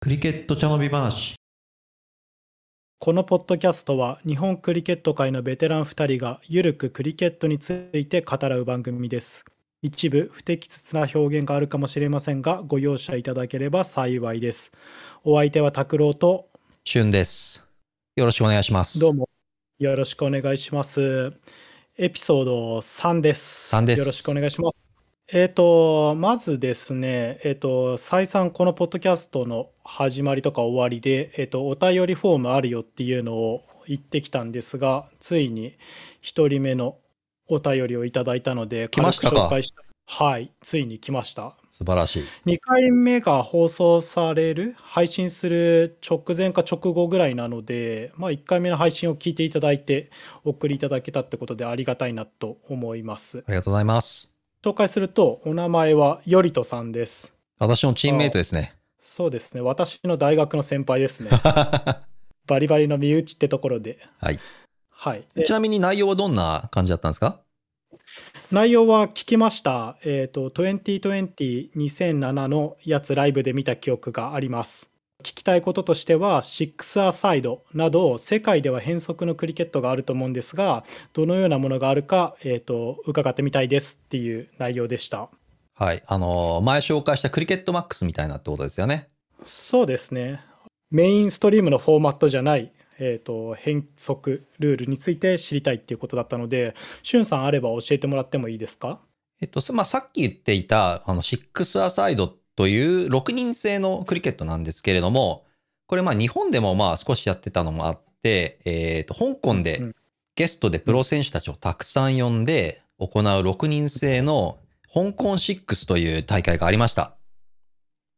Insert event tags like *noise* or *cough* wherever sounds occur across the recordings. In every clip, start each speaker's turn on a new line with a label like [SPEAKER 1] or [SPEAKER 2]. [SPEAKER 1] クリケット茶飲み話
[SPEAKER 2] このポッドキャストは日本クリケット界のベテラン2人がゆるくクリケットについて語らう番組です一部不適切な表現があるかもしれませんがご容赦いただければ幸いですお相手は拓郎と
[SPEAKER 1] 旬ですよろしくお願いします
[SPEAKER 2] どうもよろしくお願いしますエピソード3です
[SPEAKER 1] 3です
[SPEAKER 2] よろしくお願いしますえー、とまずですね、えー、と再三このポッドキャストの始まりとか終わりで、えー、とお便りフォームあるよっていうのを言ってきたんですがついに1人目のお便りをいただいたので
[SPEAKER 1] 来ましたか
[SPEAKER 2] 軽く紹介したはいついに来ました
[SPEAKER 1] 素晴らしい
[SPEAKER 2] 2回目が放送される配信する直前か直後ぐらいなので、まあ、1回目の配信を聞いていただいてお送りいただけたってことでありがたいなと思います
[SPEAKER 1] ありがとうございます
[SPEAKER 2] 紹介するとお名前はよりとさんです
[SPEAKER 1] 私のチームメイトです
[SPEAKER 2] *laughs*
[SPEAKER 1] ね
[SPEAKER 2] そうですね私の大学の先輩ですね
[SPEAKER 1] は
[SPEAKER 2] バリバリの身内ってところで
[SPEAKER 1] い
[SPEAKER 2] はいで
[SPEAKER 1] ちなみに内容はどんな感じだったんですか
[SPEAKER 2] 内容は聞きましたえっ、と2020-2007のやつライブで見た記憶があります聞きたいこととしては6アサイドなど世界では変則のクリケットがあると思うんですがどのようなものがあるか、えー、と伺ってみたいですっていう内容でした
[SPEAKER 1] はいあのー前紹介したクリケットマックスみたいなってことですよね
[SPEAKER 2] そうですね。メインストリームのフォーマットじゃない、えー、と変則ルールについて知りたいっていうことだったので、しゅんさんあれば教えてもらってもいいですか
[SPEAKER 1] えっと、すまあ、さっき言っていた、あの、シックスアサイドという6人制のクリケットなんですけれども、これ、まあ、日本でもまあ、少しやってたのもあって、えっと、香港
[SPEAKER 2] う
[SPEAKER 1] で
[SPEAKER 2] ん
[SPEAKER 1] ゲストでプロ選手たちをたくさん呼んで行う6人制の香港シックスという大会がありました。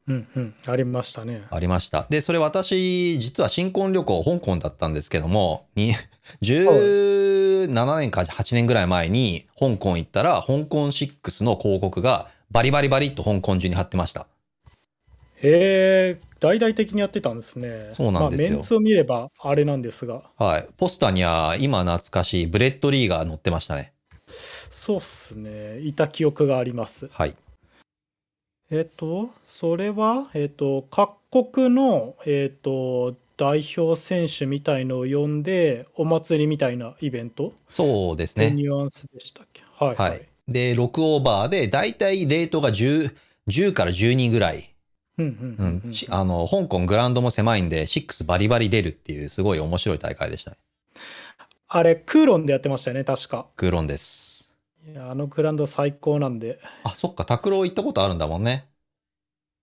[SPEAKER 2] うんうん、ありましたね。
[SPEAKER 1] ありました。で、それ私、実は新婚旅行、香港だったんですけども、に17年か8年ぐらい前に香港行ったら、香港6の広告がバリバリバリっと香港中に貼ってました。
[SPEAKER 2] へえ、大々的にやってたんですね。
[SPEAKER 1] そうなんですよ
[SPEAKER 2] まあ、メンツを見ればあれなんですが、
[SPEAKER 1] はい。ポスターには、今懐かしいブレッドリーが載ってましたね。
[SPEAKER 2] そうっすね。いた記憶があります。
[SPEAKER 1] はい。
[SPEAKER 2] えっと、それは、えっと、各国の、えっと、代表選手みたいのを呼んで、お祭りみたいなイベント
[SPEAKER 1] そうです
[SPEAKER 2] ね、
[SPEAKER 1] ね。
[SPEAKER 2] ニュアンスでしたっけはい、は
[SPEAKER 1] はいい。で、6オーバーで、だいたいレートが10、10から12ぐらい。
[SPEAKER 2] うんう
[SPEAKER 1] うんん
[SPEAKER 2] う。ん
[SPEAKER 1] しあの、香港グラウンドも狭いんで、6バリバリ出るっていう、すごい面白い大会でしたね。
[SPEAKER 2] あれクーロンでやってましたよね確か
[SPEAKER 1] クーロンです。
[SPEAKER 2] いやあのグラウンド最高なんで
[SPEAKER 1] あ、そっか、拓郎行ったことあるんだもんね。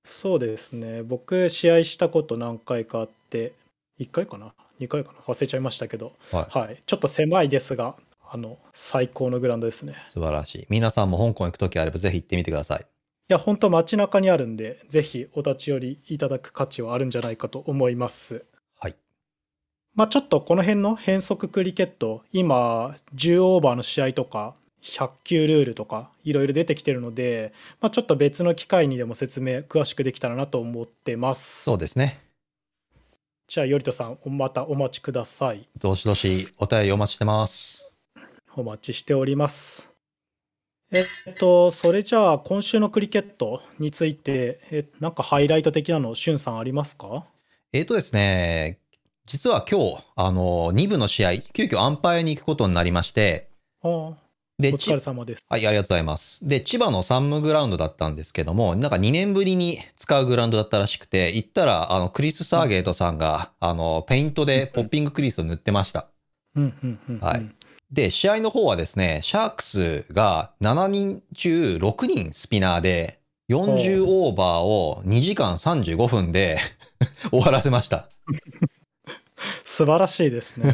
[SPEAKER 2] そうですね僕試合したこと何回かあって1回かな2回かな忘れちゃいましたけど
[SPEAKER 1] はい。
[SPEAKER 2] はいちょっと狭いですがあの最高のグラウンドですね
[SPEAKER 1] 素晴らしい。皆さんも香港行くときあればぜひ行ってみてください。
[SPEAKER 2] いや本当街中にあるんでぜひお立ち寄りいただく価値はあるんじゃないかと思います
[SPEAKER 1] はい
[SPEAKER 2] まあちょっとこの辺の変則クリケット今10オーバーの試合とか100球ルールとかいろいろ出てきてるので、まあ、ちょっと別の機会にでも説明詳しくできたらなと思ってます
[SPEAKER 1] そうですね。
[SPEAKER 2] じゃあよりとさんまたお待ちください
[SPEAKER 1] どしどしお便りお待ちしてます。
[SPEAKER 2] お待ちしております。えっと、それじゃあ、今週のクリケットについて、えなんかハイライト的なの、しゅんさんありますか
[SPEAKER 1] えーとですね、実は今日、あの、2部の試合、急遽アンパイアに行くことになりまして、
[SPEAKER 2] ああお
[SPEAKER 1] で、
[SPEAKER 2] 疲れ
[SPEAKER 1] ち
[SPEAKER 2] 様です。
[SPEAKER 1] はい、ありがとうございます。で、千葉のサンムグラウンドだったんですけども、なんか2年ぶりに使うグラウンドだったらしくて、行ったら、あの、クリス・サーゲートさんが、あの、ペイントでポッピングクリスを塗ってました。
[SPEAKER 2] うんうんうんうん、
[SPEAKER 1] はいで、試合の方はですね、シャークスが7人中6人スピナーで、40オーバーを2時間35分で *laughs* 終わらせました。
[SPEAKER 2] 素晴らしいです
[SPEAKER 1] *laughs*
[SPEAKER 2] ね。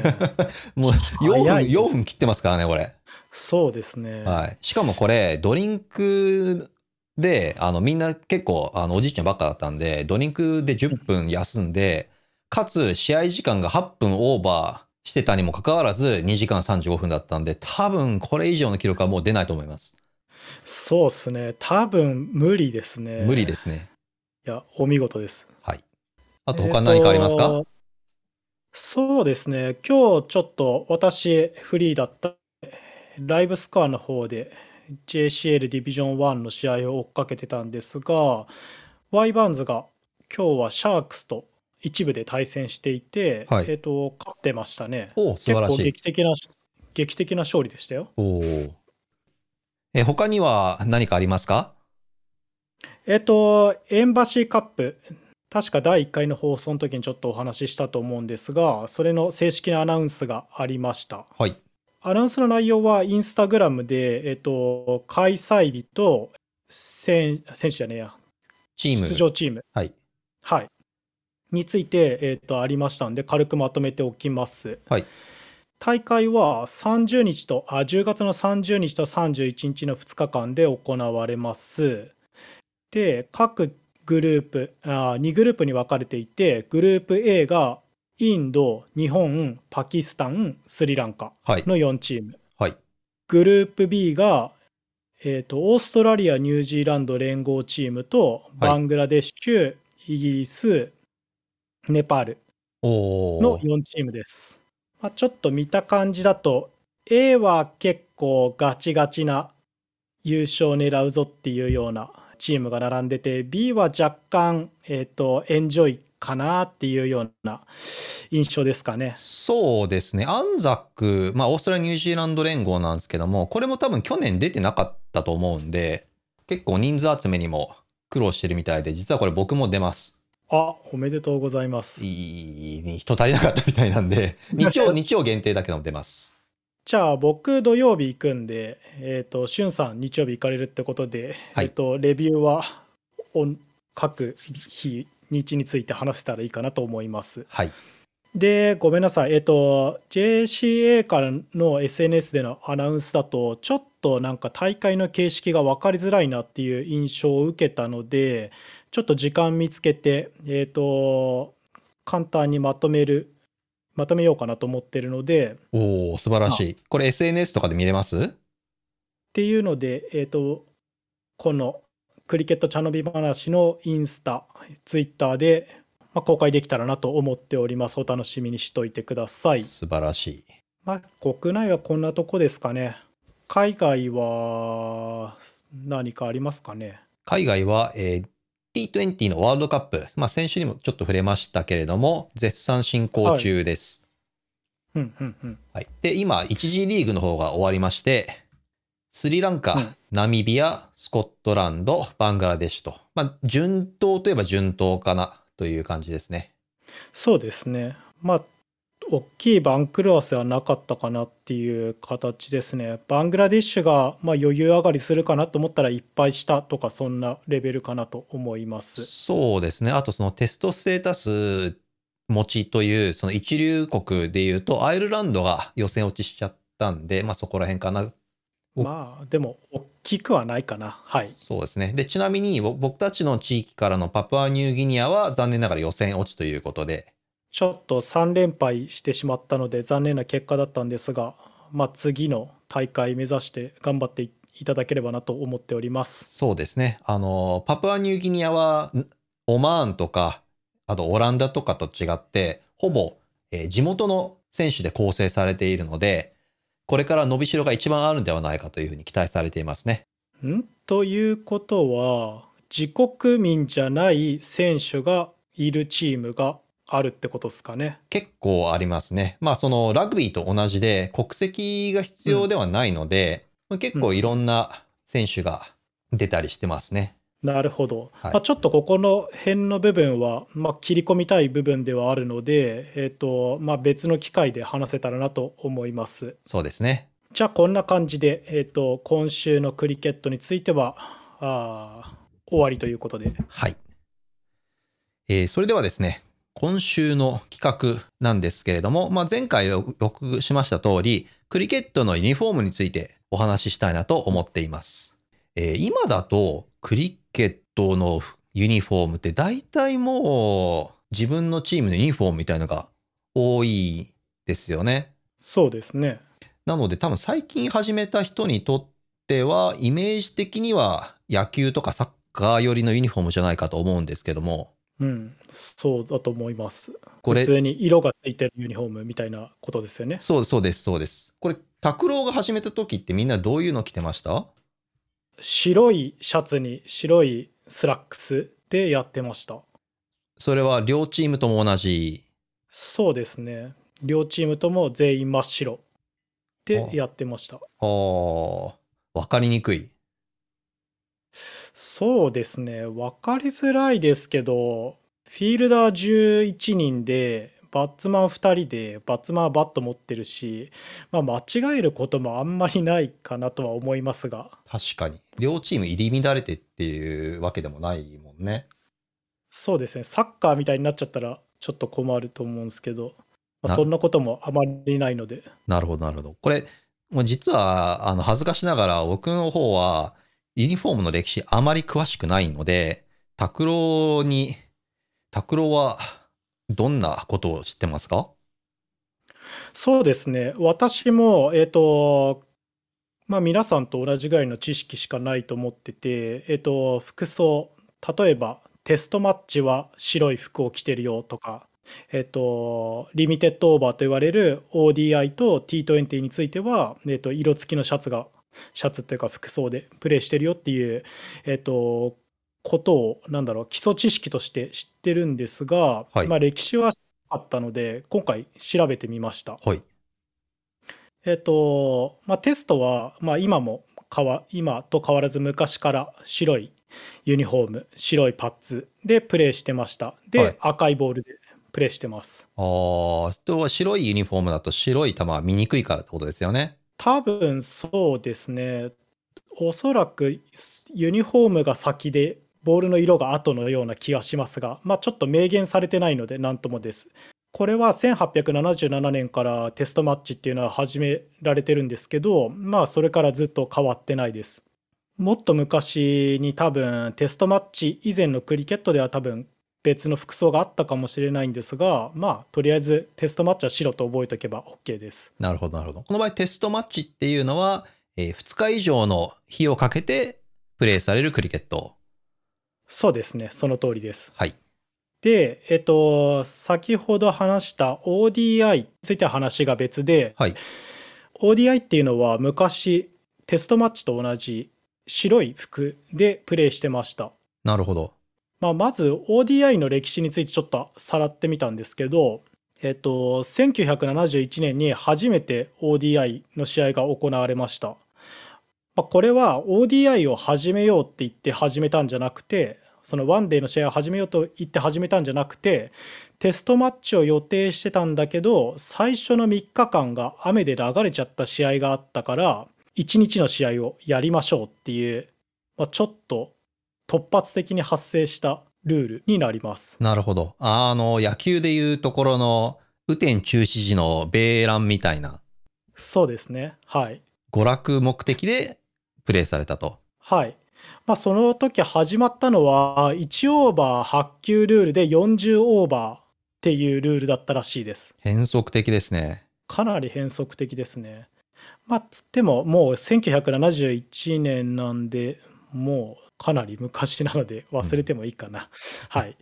[SPEAKER 1] もう4分、
[SPEAKER 2] 早いです
[SPEAKER 1] 4分切ってますからね、これ。
[SPEAKER 2] そうですね。
[SPEAKER 1] はい。しかもこれ、ドリンクで、あの、みんな結構、あの、おじいちゃんばっかだったんで、ドリンクで10分休んで、かつ、試合時間が8分オーバーしてたにもかかわらず、2時間35分だったんで、多分これ以上の記録はもう出ないと思います。
[SPEAKER 2] そうですね。多分無理ですね。。
[SPEAKER 1] 無理ですすね。
[SPEAKER 2] いや、お見事です。
[SPEAKER 1] あと他何かありますか、
[SPEAKER 2] えーとそうですね、今日ちょっと私、フリーだったライブスコアの方で JCL ディビジョン1の試合を追っかけてたんですが、ワイバーンズが今日はシャークスと一部で対戦していて、
[SPEAKER 1] はい
[SPEAKER 2] えっと勝ってましたね。
[SPEAKER 1] おお、素
[SPEAKER 2] 結
[SPEAKER 1] 晴ら
[SPEAKER 2] 構
[SPEAKER 1] しい。
[SPEAKER 2] 劇的な劇的な勝利でしたよ。
[SPEAKER 1] おお。え、他には何かありますか
[SPEAKER 2] えっと、エンバシーカップ、確か第1回の放送の時にちょっとお話ししたと思うんですが、それの正式なアナウンスがありました。
[SPEAKER 1] はい。
[SPEAKER 2] アナウンスの内容はインスタグラムで、えっと、開催日と選選手じゃねえや、
[SPEAKER 1] チーム。
[SPEAKER 2] 出場チーム、
[SPEAKER 1] はい。
[SPEAKER 2] はい、について、えっと、ありましたので、軽くまとめておきます。
[SPEAKER 1] はい
[SPEAKER 2] 大会は30日とあ10月の30日と31日の2日間で行われます。で各グループあ2グループに分かれていてグループ A がインド日本パキスタンスリランカ
[SPEAKER 1] はい。
[SPEAKER 2] の4チーム、
[SPEAKER 1] はい
[SPEAKER 2] グループ B が、えー、とオーストラリアニュージーランド連合チームと
[SPEAKER 1] はい
[SPEAKER 2] バングラデシュ、イギリスネパール
[SPEAKER 1] お
[SPEAKER 2] の
[SPEAKER 1] お。
[SPEAKER 2] 4チームです、まあ、ちょっと見た感じだと A は結構ガチガチな優勝を狙うぞっていうようなチームが並んでて B は若干、えー、とエンジョイかなっていうような印象ですかね
[SPEAKER 1] そうですね。アンザック、まあ、オーストラリア・ニュージーランド連合なんですけども、これも多分去年出てなかったと思うんで、結構人数集めにも苦労してるみたいで、実はこれ僕も出ます。
[SPEAKER 2] あおめでとうございます
[SPEAKER 1] いい人足りなかったみたいなんで、日曜、日曜限定だけども出ます。
[SPEAKER 2] じゃあ僕土曜日行くんで、えっ、と、しゅんさん日曜日行かれるってことで、
[SPEAKER 1] はい
[SPEAKER 2] えっ、と、レビューはオン各日、日について話せたらいいかなと思います。
[SPEAKER 1] はい。
[SPEAKER 2] で、ごめんなさい。えっ、と、JCA からの SNS でのアナウンスだと、ちょっとなんか大会の形式が分かりづらいなっていう印象を受けたので、ちょっと時間見つけて、えっ、と、簡単にまとめる、まとめようかなと思ってるので、
[SPEAKER 1] おお、素晴らしい。これ SNS とかで見れます
[SPEAKER 2] っていうので、えー、とこのクリケット茶飲み話のインスタツイッターで、まあ、公開できたらなと思っておりますお楽しみにしといてください、
[SPEAKER 1] 素晴らしい。
[SPEAKER 2] まあ、国内はこんなとこですかね海外は何かありますかね
[SPEAKER 1] 海外は、えー T20 のワールドカップ、まあ、先週にもちょっと触れましたけれども、絶賛進行中です。
[SPEAKER 2] うんうんうん
[SPEAKER 1] はいで、今、1次リーグの方が終わりまして、スリランカ、
[SPEAKER 2] うん
[SPEAKER 1] ナミビア、スコットランド、バングラデシュと、まあ、順当といえば順当かなという感じですね。
[SPEAKER 2] そうですねまあ大きい番狂わせはなかったかなっていう形ですねバングラデシュがまあ余裕上がりするかなと思ったらいっぱいしたとかそんなレベルかなと思います
[SPEAKER 1] そうですね。あと、そのテストステータス持ちという、その一流国でいうと、アイルランドが予選落ちしちゃったんで、まあ、そこら辺かなお
[SPEAKER 2] まあでも大きくはないかなはい
[SPEAKER 1] そうですね。で、ちなみにぼ僕たちの地域からのパプアニューギニアは残念ながら予選落ちということで、
[SPEAKER 2] ちょっと3連敗してしまったので残念な結果だったんですがまあ次の大会目指して頑張っていただければなと思っております
[SPEAKER 1] そうですね。あの、パプアニューギニアはんオマーンとか、あとオランダとかと違って、ほぼ、えー地元の選手で構成されているので、これから伸びしろが一番あるんではないかというふうに期待されていますね。
[SPEAKER 2] んということは自国民じゃない選手がいるチームがあるってことですかね
[SPEAKER 1] 結構ありますね。まあそのラグビーと同じで国籍が必要ではないので、まあ結構いろんな選手が出たりしてますね。
[SPEAKER 2] なるほど、
[SPEAKER 1] はい
[SPEAKER 2] まあ、ちょっとここの辺の部分は、まあ、切り込みたい部分ではあるので、えっとまあ、別の機会で話せたらなと思います。
[SPEAKER 1] そうですね。
[SPEAKER 2] じゃあこんな感じで、えー、と今週のクリケットについてはあー終わりということで
[SPEAKER 1] はい。えーそれではですね、今週の企画なんですけれども、まあ、前回予告しました通り、クリケットのユニフォームについてお話ししたいなと思っています。えー今だと、クリケットのユニフォームって大体もう自分のチームのユニフォームみたいのが多いですよね。
[SPEAKER 2] そうですね
[SPEAKER 1] なので多分最近始めた人にとってはイメージ的には野球とかサッカー寄りのユニフォームじゃないかと思うんですけども
[SPEAKER 2] うんそうだと思います
[SPEAKER 1] これ
[SPEAKER 2] 普通に色がついてるユニフォームみたいなことですよね
[SPEAKER 1] そうそうですそうですこれ拓郎が始めた時ってみんなどういうの着てました
[SPEAKER 2] 白いシャツに白いスラックスでやってました
[SPEAKER 1] それは両チームとも同じ。
[SPEAKER 2] そうですね両チームとも全員真っ白で
[SPEAKER 1] あ
[SPEAKER 2] やってました
[SPEAKER 1] ああ、わかりにくい。
[SPEAKER 2] そうですね分かりづらいですけどフィールダー11人でバッツマン2人でバッツマンはバット持ってるし、まあ、間違えることもあんまりないかなとは思いますが
[SPEAKER 1] 確かに。両チーム入り乱れてっていうわけでもないもんね。
[SPEAKER 2] そうですねサッカーみたいになっちゃったらちょっと困ると思うんですけど、まあ
[SPEAKER 1] な
[SPEAKER 2] そんなこともあまりないので
[SPEAKER 1] なるほど、なるほど。これ、もう実は、あの、恥ずかしながら、僕の方は、ユニフォームの歴史あまり詳しくないので、拓郎に、拓郎は、どんなことを知ってますか
[SPEAKER 2] そうですね私もえっ、とまあ皆さんと同じぐらいの知識しかないと思っててえっ、と服装例えばテストマッチは白い服を着てるよとかえっ、とリミテッドオーバーと言われる ODI と T20 については、えっと色付きのシャツがシャツというか服装でプレーしてるよっていうえっ、とことをなんだろう基礎知識として知ってるんですが、
[SPEAKER 1] はい
[SPEAKER 2] まあ歴史はあったので今回調べてみました。
[SPEAKER 1] はい。
[SPEAKER 2] えっとまあ、テストは、まあ、今も変わ今と変わらず昔から白いユニフォーム白いパッツでプレーしてましたで、
[SPEAKER 1] はい
[SPEAKER 2] 赤いボールでプレーしてます
[SPEAKER 1] ああ、人は白いユニフォームだと白い球は見にくいからってことですよね。
[SPEAKER 2] 多分そうですねおそらくユニフォームが先でボールの色が後のような気がしますが、まあ、ちょっと明言されてないので何ともですこれは1877年からテストマッチっていうのは始められてるんですけどまあそれからずっと変わってないですもっと昔に多分テストマッチ以前のクリケットでは多分別の服装があったかもしれないんですがまあとりあえずテストマッチは白と覚えとけば OK です
[SPEAKER 1] なるほど、なるほど。この場合、テストマッチっていうのは、え2日以上の日をかけてプレーされるクリケット。
[SPEAKER 2] そうですね、その通りです。
[SPEAKER 1] はい。
[SPEAKER 2] で、えっと、先ほど話した ODI については話が別で、
[SPEAKER 1] はい。
[SPEAKER 2] ODI っていうのは昔、テストマッチと同じ白い服でプレーしてました。
[SPEAKER 1] なるほど。
[SPEAKER 2] まあ、まず ODI の歴史についてちょっとさらってみたんですけど、えっと、1971年に初めて ODI の試合が行われました。まあ、これは ODI を始めようって言って始めたんじゃなくて、そのワンデーの試合を始めようと言って始めたんじゃなくて、テストマッチを予定してたんだけど、最初の3日間が雨で流れちゃった試合があったから、1日の試合をやりましょうっていう、まあ、ちょっと突発的に発生したルールになります。
[SPEAKER 1] なるほど。ああの、野球でいうところの、雨天中止時の米蘭みたいな、
[SPEAKER 2] そうですね。はい。
[SPEAKER 1] 娯楽目的でプレーされたと。
[SPEAKER 2] はい。まあ、その時始まったのは、1オーバー8球ルールで40オーバーっていうルールだったらしいです。
[SPEAKER 1] 変則的ですね。
[SPEAKER 2] かなり変則的ですね。まあ、つっても、もう1971年なんで、もうかなり昔なので忘れてもいいかな。はい。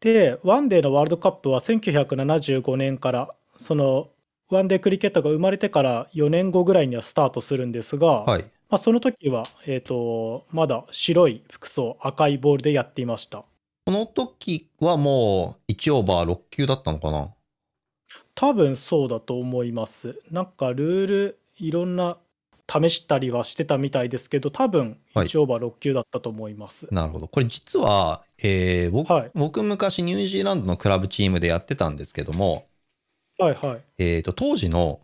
[SPEAKER 2] で、ワンデーのワールドカップは1975年から、その、ワンデークリケットが生まれてから4年後ぐらいにはスタートするんですが、
[SPEAKER 1] はい。
[SPEAKER 2] まあ、その時は、えー、とまだ白い服装赤いボールでやっていました
[SPEAKER 1] この時はもう、1オーバー6球だったのかな
[SPEAKER 2] 多分そうだと思いますなんかルールいろんな試したりはしてたみたいですけど多分
[SPEAKER 1] はい
[SPEAKER 2] 1オーバー6球だったと思います、
[SPEAKER 1] なるほど。これ実は、えー僕
[SPEAKER 2] はい
[SPEAKER 1] 僕昔ニュージーランドのクラブチームでやってたんですけども、
[SPEAKER 2] はい、はい
[SPEAKER 1] えー、と当時の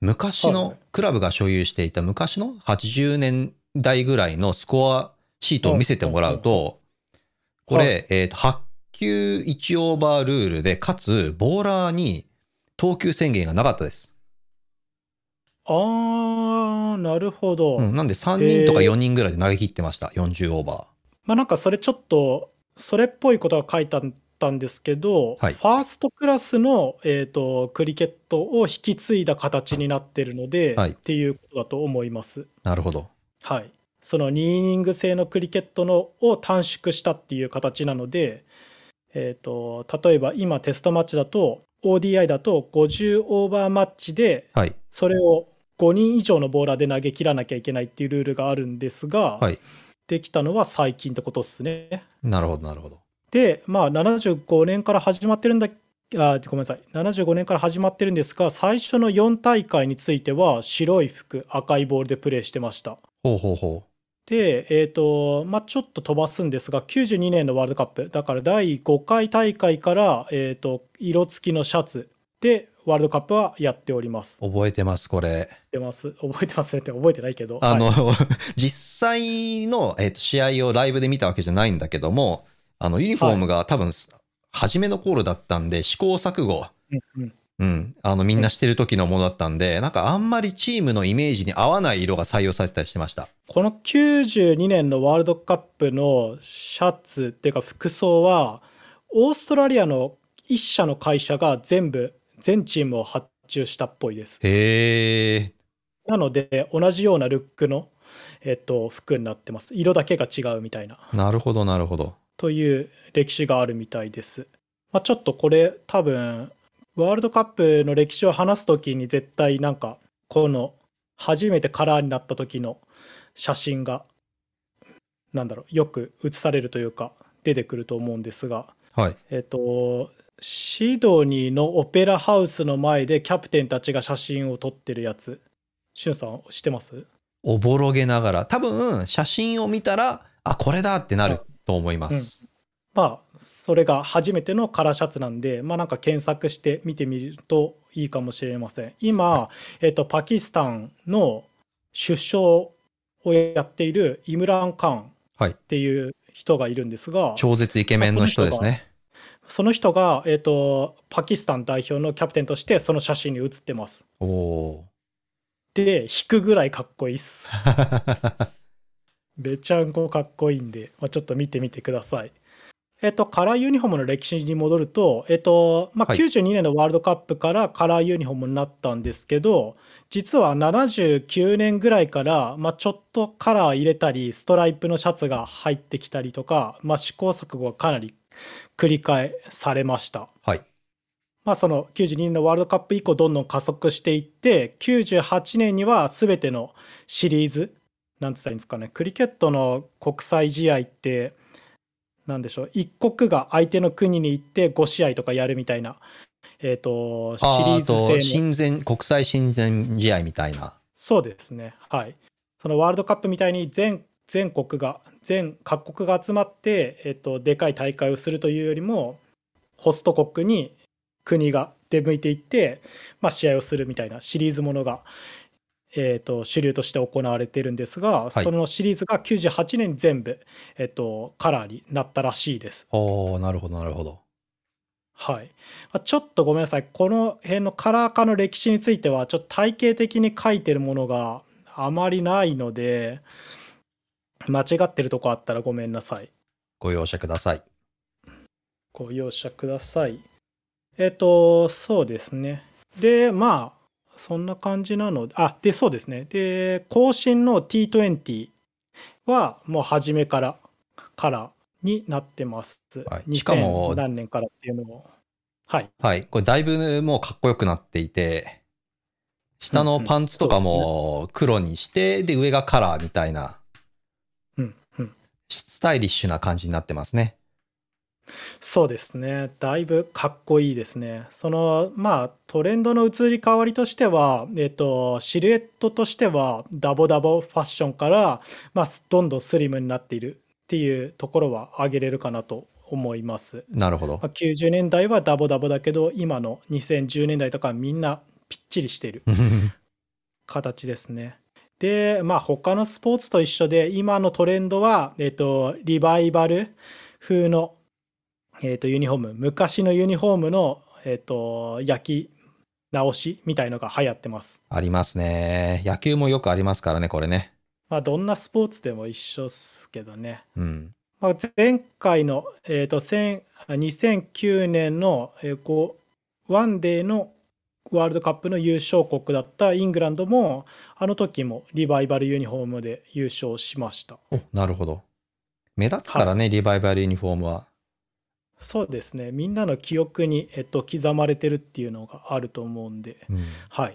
[SPEAKER 1] 昔
[SPEAKER 2] はいは
[SPEAKER 1] の
[SPEAKER 2] い
[SPEAKER 1] クラブが所有していた昔の80年代ぐらいのスコアシートを見せてもらうと、こ
[SPEAKER 2] は
[SPEAKER 1] れ、えー、と8球1オーバールールで、かつボーラーに投球宣言がなかったです。
[SPEAKER 2] あーなるほど、
[SPEAKER 1] うん、なんで3人とか
[SPEAKER 2] へー
[SPEAKER 1] 4人ぐらいで投げ切ってました、40オーバ
[SPEAKER 2] まあなんかそれちょっとそれっぽいことが書いてあったんですけど、
[SPEAKER 1] はい
[SPEAKER 2] ファーストクラスの、えー、とクリケットを引き継いだ形になってるので、
[SPEAKER 1] はい
[SPEAKER 2] っていうことだと思います
[SPEAKER 1] ー。なるほど。
[SPEAKER 2] はい、その2イニング制のクリケットのを短縮したっていう形なので、えー、と例えば今テストマッチだと ODI だと50オーバーマッチで
[SPEAKER 1] はい。
[SPEAKER 2] それを5人以上のボーラーで投げ切らなきゃいけないっていうルールがあるんですが、
[SPEAKER 1] はい
[SPEAKER 2] できたのは最近ってことですね。
[SPEAKER 1] なるほど、なるほど。
[SPEAKER 2] で、まあ、75年から始まってるんだあごめんなさい75年から始まってるんですが最初の4大会については白い服赤いボールでプレーしてました
[SPEAKER 1] ほうほうほ
[SPEAKER 2] で、えーとまあ、ちょっと飛ばすんですが92年のワールドカップだから第5回大会から、えー、と色付きのシャツでワールドカップはやっております
[SPEAKER 1] う。覚えてます、これ。
[SPEAKER 2] 覚えてます覚えてますねって覚えてないけど
[SPEAKER 1] あの、 *laughs*
[SPEAKER 2] はい
[SPEAKER 1] 実際の、えーと試合をライブで見たわけじゃないんだけども、あの、ユニフォームが多分、初めのコールだったんで、試行錯誤、
[SPEAKER 2] うんうん
[SPEAKER 1] うん、あの、みんなしてる時のものだったんで、なんかあんまりチームのイメージに合わない色が採用されてたりしてました。
[SPEAKER 2] この92年のワールドカップのシャツっていうか服装はオーストラリアの一社の会社が全部全チームを発注したっぽいです
[SPEAKER 1] へー。
[SPEAKER 2] なので同じようなルックの、えっと、服になってます色だけが違うみたいな
[SPEAKER 1] なるほど、なるほど。
[SPEAKER 2] という歴史があるみたいです、まあ、ちょっとこれ多分ワールドカップの歴史を話す時に絶対なんかこの初めてカラーになった時の写真がなんだろうよく写されるというか出てくると思うんですが
[SPEAKER 1] はい。
[SPEAKER 2] えっとシドニーのオペラハウスの前でキャプテンたちが写真を撮ってるやつしゅんさん知ってます
[SPEAKER 1] おぼろげながら、多分、写真を見たら、あ、これだってなると思います。
[SPEAKER 2] まあそれが初めてのカラーシャツなんでまあなんか検索して見てみるといいかもしれません今、えっとパキスタンの首相をやっているイムラン・カーン
[SPEAKER 1] はい
[SPEAKER 2] っていう人がいるんですが、
[SPEAKER 1] 超絶イケメンの人ですね。
[SPEAKER 2] その人が、えっとパキスタン代表のキャプテンとしてその写真に写ってます
[SPEAKER 1] おお
[SPEAKER 2] で引くぐらいかっこいいっす
[SPEAKER 1] ー。
[SPEAKER 2] めちゃんこかっこいいんで、まあ、ちょっと見てみてください。えっと、カラーユニフォームの歴史に戻ると、えっとまあ、
[SPEAKER 1] はい
[SPEAKER 2] 92年のワールドカップからカラーユニフォームになったんですけど、実は79年ぐらいから、まあ、ちょっとカラー入れたりストライプのシャツが入ってきたりとか、まあ、試行錯誤がかなり繰り返されました。
[SPEAKER 1] はい。
[SPEAKER 2] まあ、その92年のワールドカップ以降どんどん加速していって98年には全てのシリーズなんて言ったらいいんですかねクリケットの国際試合ってなんでしょう一国が相手の国に行って5試合とかやるみたいな、えー、とシリ
[SPEAKER 1] あー
[SPEAKER 2] ー
[SPEAKER 1] あと、
[SPEAKER 2] ズ制の
[SPEAKER 1] 親善、国際親善試合みたいな。
[SPEAKER 2] そうですねはいそのワールドカップみたいに全全国が全各国が集まって、えー、とでかい大会をするというよりもホスト国に国が出向いていって、まあ、試合をするみたいなシリーズものが、えー、と主流として行われてるんですが、
[SPEAKER 1] はい
[SPEAKER 2] そのシリーズが98年に全部、えー、とカラーになったらしいです。
[SPEAKER 1] おおなるほど、なるほど。
[SPEAKER 2] はい、まあちょっとごめんなさいこの辺のカラー化の歴史についてはちょっと体系的に書いてるものがあまりないので間違ってるとこあったらごめんなさい。
[SPEAKER 1] ご容赦ください。
[SPEAKER 2] ご容赦ください。えっ、と、そうですね。で、まあ、そんな感じなので、あ、で、そうですね。で、更新の T20 は、もう初めから、からになってます。
[SPEAKER 1] はいしかも
[SPEAKER 2] 2000何年からっていうのも。はい。
[SPEAKER 1] はい。これ、だいぶもうかっこよくなっていて、下のパンツとかも黒にして、で、上がカラーみたいな、
[SPEAKER 2] うん、うん。
[SPEAKER 1] スタイリッシュな感じになってますね。
[SPEAKER 2] そうですね。だいぶかっこいいですね。その、まあ、トレンドの移り変わりとしては、えっと、シルエットとしては、ダボダボファッションから、まあ、すどんどんスリムになっているっていうところは挙げれるかなと思います。
[SPEAKER 1] なるほど
[SPEAKER 2] まあ。90年代はダボダボだけど、今の2010年代とかはみんなぴっちりしている。形ですね。で、まあ他のスポーツと一緒で、今のトレンドは、えっ、と、リバイバル風の、えっ、と、ユニフォーム、昔のユニフォームの、えっ、と、焼き直しみたいのが流行ってます。
[SPEAKER 1] *laughs* ありますね。野球もよくありますからね、これね。
[SPEAKER 2] まあどんなスポーツでも一緒っすけどね。
[SPEAKER 1] うん。
[SPEAKER 2] まあ、前回の、えー、と1000 2009年の、えーこうワンデーのワールドカップの優勝国だったイングランドもあの時もリバイバルユニフォームで優勝しました
[SPEAKER 1] おなるほど。目立つからね、リバイバルユニフォームは。
[SPEAKER 2] そうですねみんなの記憶に、えっと刻まれてるっていうのがあると思うんで
[SPEAKER 1] うん
[SPEAKER 2] はい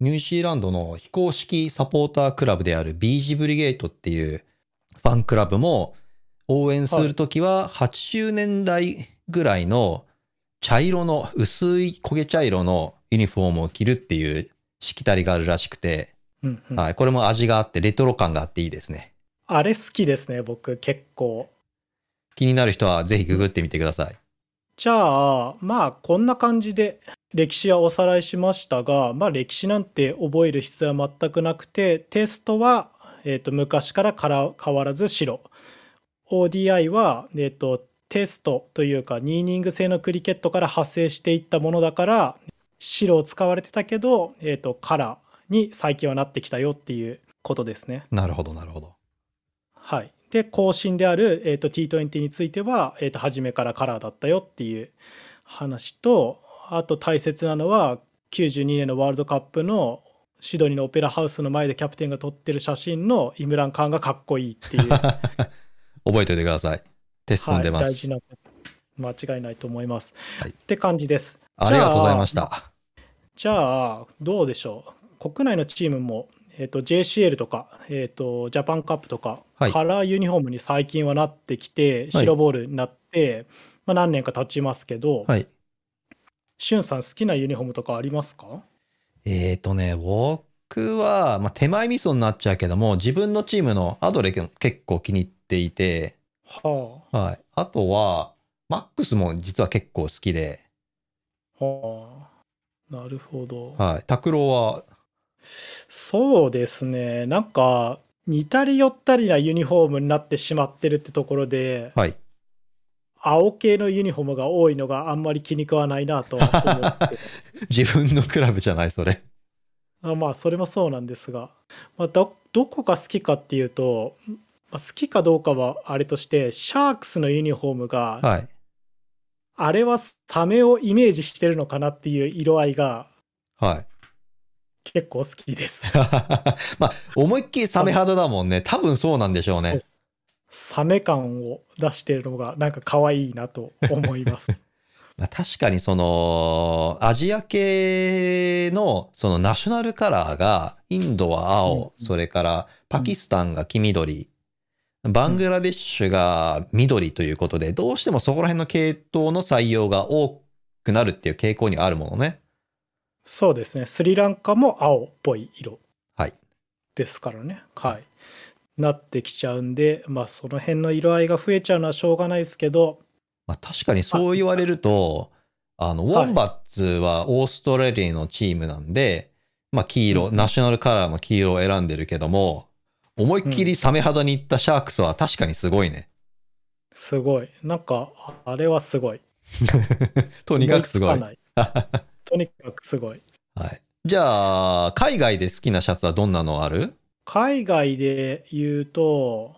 [SPEAKER 1] ニュージーランドの非公式サポータークラブであるビージブリゲートっていうファンクラブも応援するときは80年代ぐらいの茶色の薄い焦げ茶色のユニフォームを着るっていうしきたりがあるらしくて、
[SPEAKER 2] うんうん
[SPEAKER 1] はい、これも味があってレトロ感があっていいですね
[SPEAKER 2] あれ好きですね僕結構
[SPEAKER 1] 気になる人はぜひググってみてください
[SPEAKER 2] じゃあまあこんな感じで歴史はおさらいしましたがまあ歴史なんて覚える必要は全くなくてテストは、えー、と昔からから変わらず白 ODI は、えー、とテストというかニーニング制のクリケットから派生していったものだから白を使われてたけど、えー、とカラーに最近はなってきたよっていうことですね。
[SPEAKER 1] なるほどなるほ *laughs* ど
[SPEAKER 2] はい、で更新である、えー、と T20 については、えー、と初めからカラーだったよっていう話とあと大切なのは92年のワールドカップのシドニーのオペラハウスの前でキャプテンが撮ってる写真のイムラン・カンがかっこいいってい
[SPEAKER 1] *laughs*
[SPEAKER 2] う、は
[SPEAKER 1] 覚えておいてくださいテストに
[SPEAKER 2] い、
[SPEAKER 1] 出ま
[SPEAKER 2] 大
[SPEAKER 1] す、
[SPEAKER 2] 事なこと間違いないと思います、
[SPEAKER 1] はい
[SPEAKER 2] って感じです
[SPEAKER 1] ありがとうございました
[SPEAKER 2] じゃあどうでしょう国内のチームも、えー、と JCL とか、えー、とジャパンカップとか、
[SPEAKER 1] はい
[SPEAKER 2] カラーユニフォームに最近はなってきて白ボールになって、まあ、何年か経ちますけど、
[SPEAKER 1] はい
[SPEAKER 2] しゅんさん好きなユニフォームとかありますか
[SPEAKER 1] えーとね、僕は、まあ、手前味噌になっちゃうけども、自分のチームのアドレが結構気に入っていて、
[SPEAKER 2] は
[SPEAKER 1] はい。あとは、マックスも実は結構好きで、
[SPEAKER 2] あはあなるほど、
[SPEAKER 1] はい。拓郎は、
[SPEAKER 2] そうですねなんか似たり寄ったりなユニフォームになってしまってるってところで
[SPEAKER 1] はい。
[SPEAKER 2] 青系のユニフォームが多いのがあんまり気に食わないなとは思って
[SPEAKER 1] 自分のクラブじゃない、それ。
[SPEAKER 2] あまあそれもそうなんですが、まあ、どどこが好きかっていうと、まあ、好きかどうかはあれとしてシャークスのユニフォームが、
[SPEAKER 1] はい。
[SPEAKER 2] あれはサメをイメージしてるのかなっていう色合いが
[SPEAKER 1] はい。。
[SPEAKER 2] 結構好きです
[SPEAKER 1] まあ、思いっきりサメ肌だもんね。多分そうなんでしょうね。
[SPEAKER 2] サメ感を出してるのがなんか可愛いなと思います。
[SPEAKER 1] *laughs* まあ、確かにそのアジア系のそのナショナルカラーがインドは青、
[SPEAKER 2] うん
[SPEAKER 1] それからパキスタンが黄緑、バングラディッシュが緑ということで、どうしてもそこら辺の系統の採用が多くなるっていう傾向にはあるものね。
[SPEAKER 2] そうですね。スリランカも青っぽい色
[SPEAKER 1] はい
[SPEAKER 2] ですからね。はい。なってきちゃうんで、まあその辺の色合いが増えちゃうのはしょうがないですけど、
[SPEAKER 1] まあ、確かにそう言われると、あの、ウ
[SPEAKER 2] はい
[SPEAKER 1] ォンバッツはオーストラリアのチームなんで、まあ、黄色、
[SPEAKER 2] うん
[SPEAKER 1] ナショナルカラーの黄色を選んでるけども、思いっきりサメ肌に行ったシャークスは確かにすごいね。
[SPEAKER 2] すごい。なんか、ああれはすごい。
[SPEAKER 1] とにかくすごい。
[SPEAKER 2] 追つか
[SPEAKER 1] は
[SPEAKER 2] な
[SPEAKER 1] *laughs*
[SPEAKER 2] とにかくすごい。
[SPEAKER 1] い。じゃあ、海外で好きなシャツはどんなのある
[SPEAKER 2] 海外で言うと、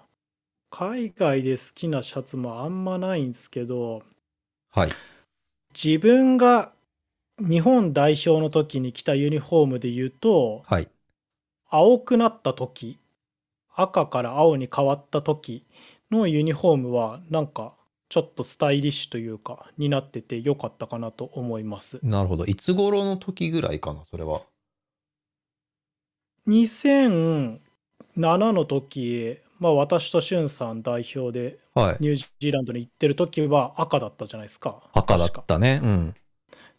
[SPEAKER 2] 海外で好きなシャツもあんまないんですけど、
[SPEAKER 1] はい。
[SPEAKER 2] 自分が日本代表の時に着たユニフォームで言うと、
[SPEAKER 1] はい。
[SPEAKER 2] 青くなった時、赤から青に変わった時のユニフォームは、なんか、ちょっとスタイリッシュというか、になっててよかったかなと思います。
[SPEAKER 1] なるほど。いつ頃の時ぐらいかな、それは。
[SPEAKER 2] 2007の時、まあ、私としゅんさん代表で
[SPEAKER 1] はい。
[SPEAKER 2] ニュージーランドに行ってる時は赤だったじゃないですか
[SPEAKER 1] 赤だっ
[SPEAKER 2] 確か
[SPEAKER 1] たね。うん。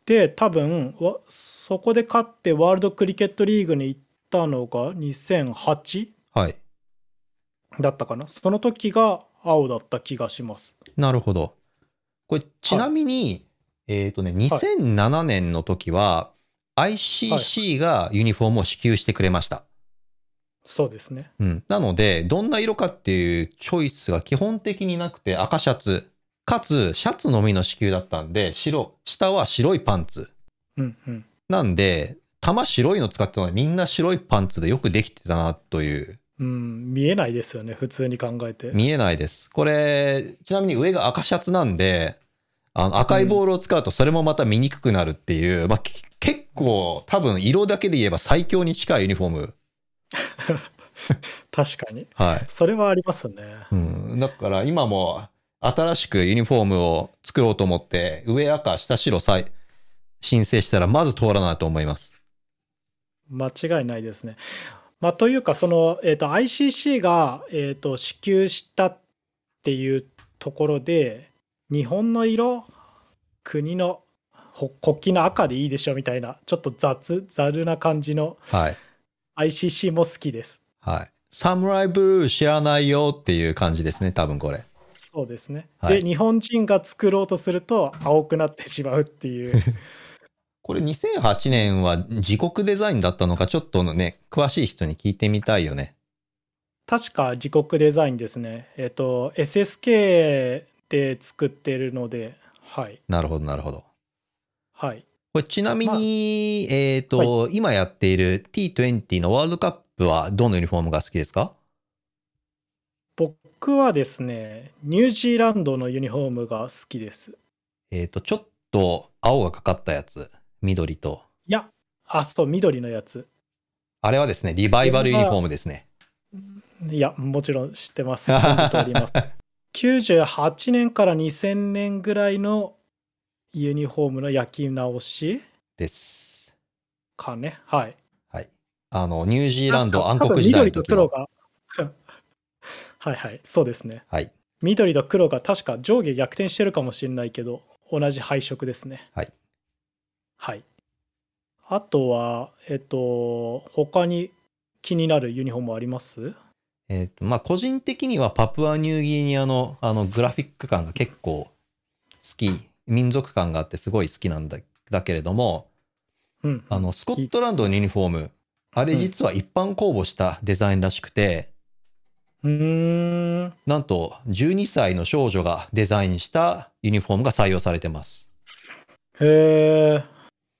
[SPEAKER 2] で多分わそこで勝ってワールドクリケットリーグに行ったのが2008
[SPEAKER 1] はい。
[SPEAKER 2] だったかなその時が青だった気がします
[SPEAKER 1] なるほど。これ、ちなみに、えっ、とね、2007年の時は、ICC がユニフォームを支給してくれました。
[SPEAKER 2] そうですね
[SPEAKER 1] うん。なので、どんな色かっていうチョイスが基本的になくて、赤シャツ。かつ、シャツのみの支給だったんで、白、下は白いパンツ。
[SPEAKER 2] うんうん
[SPEAKER 1] なんで、玉白いの使ってたのはみんな白いパンツでよくできてたなという、
[SPEAKER 2] うん見えないですよね普通に考えて
[SPEAKER 1] 見えないです。これ、ちなみに上が赤シャツなんで、あの赤いボールを使うとそれもまた見にくくなるっていう、まあ、け結構多分色だけで言えば最強に近いユニフォーム。
[SPEAKER 2] 確かに
[SPEAKER 1] はい。
[SPEAKER 2] それはありますね
[SPEAKER 1] うん、だから今も新しくユニフォームを作ろうと思って、上赤、下白さい申請したらまず通らないと思います。
[SPEAKER 2] 間違いないですね。まあ、というかその、えー、と ICC が、えー、と支給したっていうところで日本の色国のほ国旗の赤でいいでしょみたいなちょっと雑ざるな感じの
[SPEAKER 1] はい。
[SPEAKER 2] ICC も好きです
[SPEAKER 1] はい。サムライブルー知らないよっていう感じですね、多分これ。
[SPEAKER 2] そうですね、
[SPEAKER 1] はい
[SPEAKER 2] で日本人が作ろうとすると青くなってしまうっていう
[SPEAKER 1] *laughs* これ2008年は自国デザインだったのか、ちょっとね、詳しい人に聞いてみたいよね。
[SPEAKER 2] 確か自国デザインですねえっと SSK で作ってるのではい
[SPEAKER 1] なるほど、なるほど。
[SPEAKER 2] はい
[SPEAKER 1] これちなみに、えっ、と、今やっている T20 のワールドカップはどのユニフォームが好きですか
[SPEAKER 2] 僕はですねニュージーランドのユニフォームが好きです
[SPEAKER 1] えっ、と、ちょっと青がかかったやつ、緑と。
[SPEAKER 2] いやあそう緑のやつ
[SPEAKER 1] あれはですね、リバイバルユニフォームですね。
[SPEAKER 2] いやもちろん知ってます全部通ります98年から2000年ぐらいのユニフォームの焼き直し
[SPEAKER 1] です。
[SPEAKER 2] かねはい
[SPEAKER 1] あの、ニュージーランド
[SPEAKER 2] あ
[SPEAKER 1] 暗
[SPEAKER 2] 多分
[SPEAKER 1] 黒時代の
[SPEAKER 2] 緑と
[SPEAKER 1] 時
[SPEAKER 2] 黒
[SPEAKER 1] の。
[SPEAKER 2] が *laughs* はいはいそうですね
[SPEAKER 1] はい。
[SPEAKER 2] 緑と黒が確か上下逆転してるかもしれないけど同じ配色ですね
[SPEAKER 1] はい
[SPEAKER 2] はいあとはえっと他に気になるユニフォームあります
[SPEAKER 1] えっ、と、まあ、個人的にはパプアニューギニアのあのグラフィック感が結構好き、民族感があってすごい好きなんだだけれども、
[SPEAKER 2] うん
[SPEAKER 1] あの、スコットランドのユニフォーム、あれ実は一般公募したデザインらしくて、
[SPEAKER 2] うーん
[SPEAKER 1] なんと12歳の少女がデザインしたユニフォームが採用されてます。
[SPEAKER 2] へえ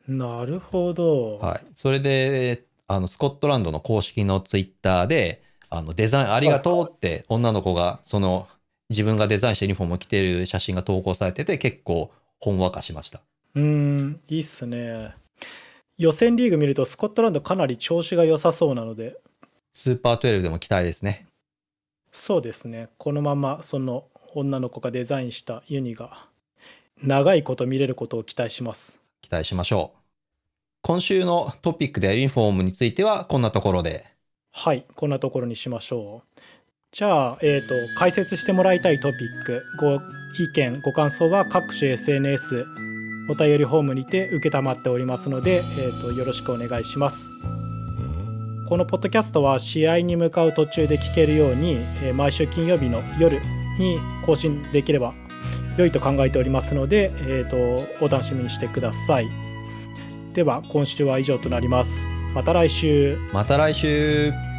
[SPEAKER 2] なるほど、
[SPEAKER 1] はい。それで、あの、スコットランドの公式のツイッターで、あの、デザインありがとうって女の子が、その、自分がデザインしたユニフォームを着てる写真が投稿されてて、結構、ほんわかしました。
[SPEAKER 2] うーんいいっすね予選リーグ見るとスコットランドかなり調子が良さそうなので
[SPEAKER 1] スーパー12でも期待ですね。
[SPEAKER 2] そうですねこのままその女の子がデザインしたユニが長いこと見れることを期待します
[SPEAKER 1] 期待しましょう。今週のトピックでユニフォームについては、こんなところで。
[SPEAKER 2] はいこんなところにしましょうじゃあ、えー、と解説してもらいたいトピックご意見ご感想は各種 SNS お便りフォームにて受けたまっておりますので、えー、とよろしくお願いしますこのポッドキャストは試合に向かう途中で聞けるように、えー毎週金曜日の夜に更新できれば良いと考えておりますので、えー、とお楽しみにしてくださいでは今週は以上となりますまた来週
[SPEAKER 1] また来週。